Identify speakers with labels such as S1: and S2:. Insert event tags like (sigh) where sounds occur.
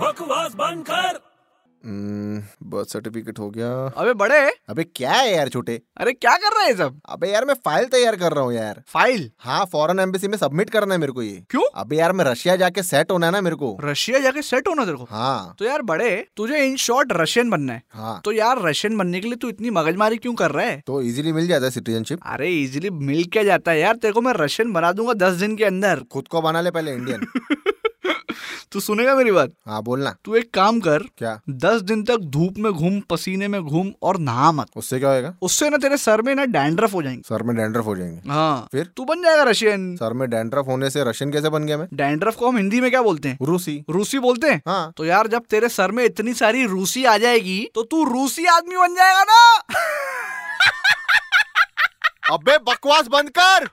S1: बकवास बंद कर
S2: बर्थ सर्टिफिकेट हम्म, हो गया
S3: अबे बड़े
S2: अबे क्या है यार छोटे
S3: अरे क्या कर रहे हैं ये सब
S2: अबे यार मैं फाइल तैयार कर रहा हूँ यार
S3: फाइल
S2: हाँ फॉरेन एम्बेसी में सबमिट करना है मेरे को ये
S3: क्यों
S2: अबे यार मैं रशिया जाके सेट होना है ना मेरे को
S3: रशिया जाके सेट होना तेरे को
S2: हाँ
S3: तो यार बड़े तुझे इन शॉर्ट रशियन बनना है
S2: हाँ
S3: तो यार रशियन बनने के लिए तू इतनी मगजमारी क्यों कर रहा है
S2: तो इजीली मिल जाता है सिटीजनशिप
S3: अरे इजीली मिल क्या जाता है यार तेरे को मैं रशियन बना दूंगा दस दिन के अंदर
S2: खुद को बना ले पहले (laughs) इंडियन
S3: तू सुनेगा मेरी बात
S2: हाँ बोलना
S3: तू एक काम कर
S2: क्या
S3: दस दिन तक धूप में घूम पसीने में घूम और नहा मत
S2: उससे क्या होएगा
S3: उससे ना तेरे सर में ना डैंड्रफ हो जाएंगे
S2: सर में डैंड्रफ हो जाएंगे
S3: हाँ
S2: फिर?
S3: तू बन जाएगा रशियन
S2: सर में डैंड्रफ होने से रशियन कैसे बन गया मैं
S3: डैंड्रफ को हम हिंदी में क्या बोलते हैं
S2: रूसी
S3: रूसी बोलते हैं
S2: हाँ
S3: तो यार जब तेरे सर में इतनी सारी रूसी आ जाएगी तो तू रूसी आदमी बन जाएगा ना (laughs)
S2: अबे बकवास बंद कर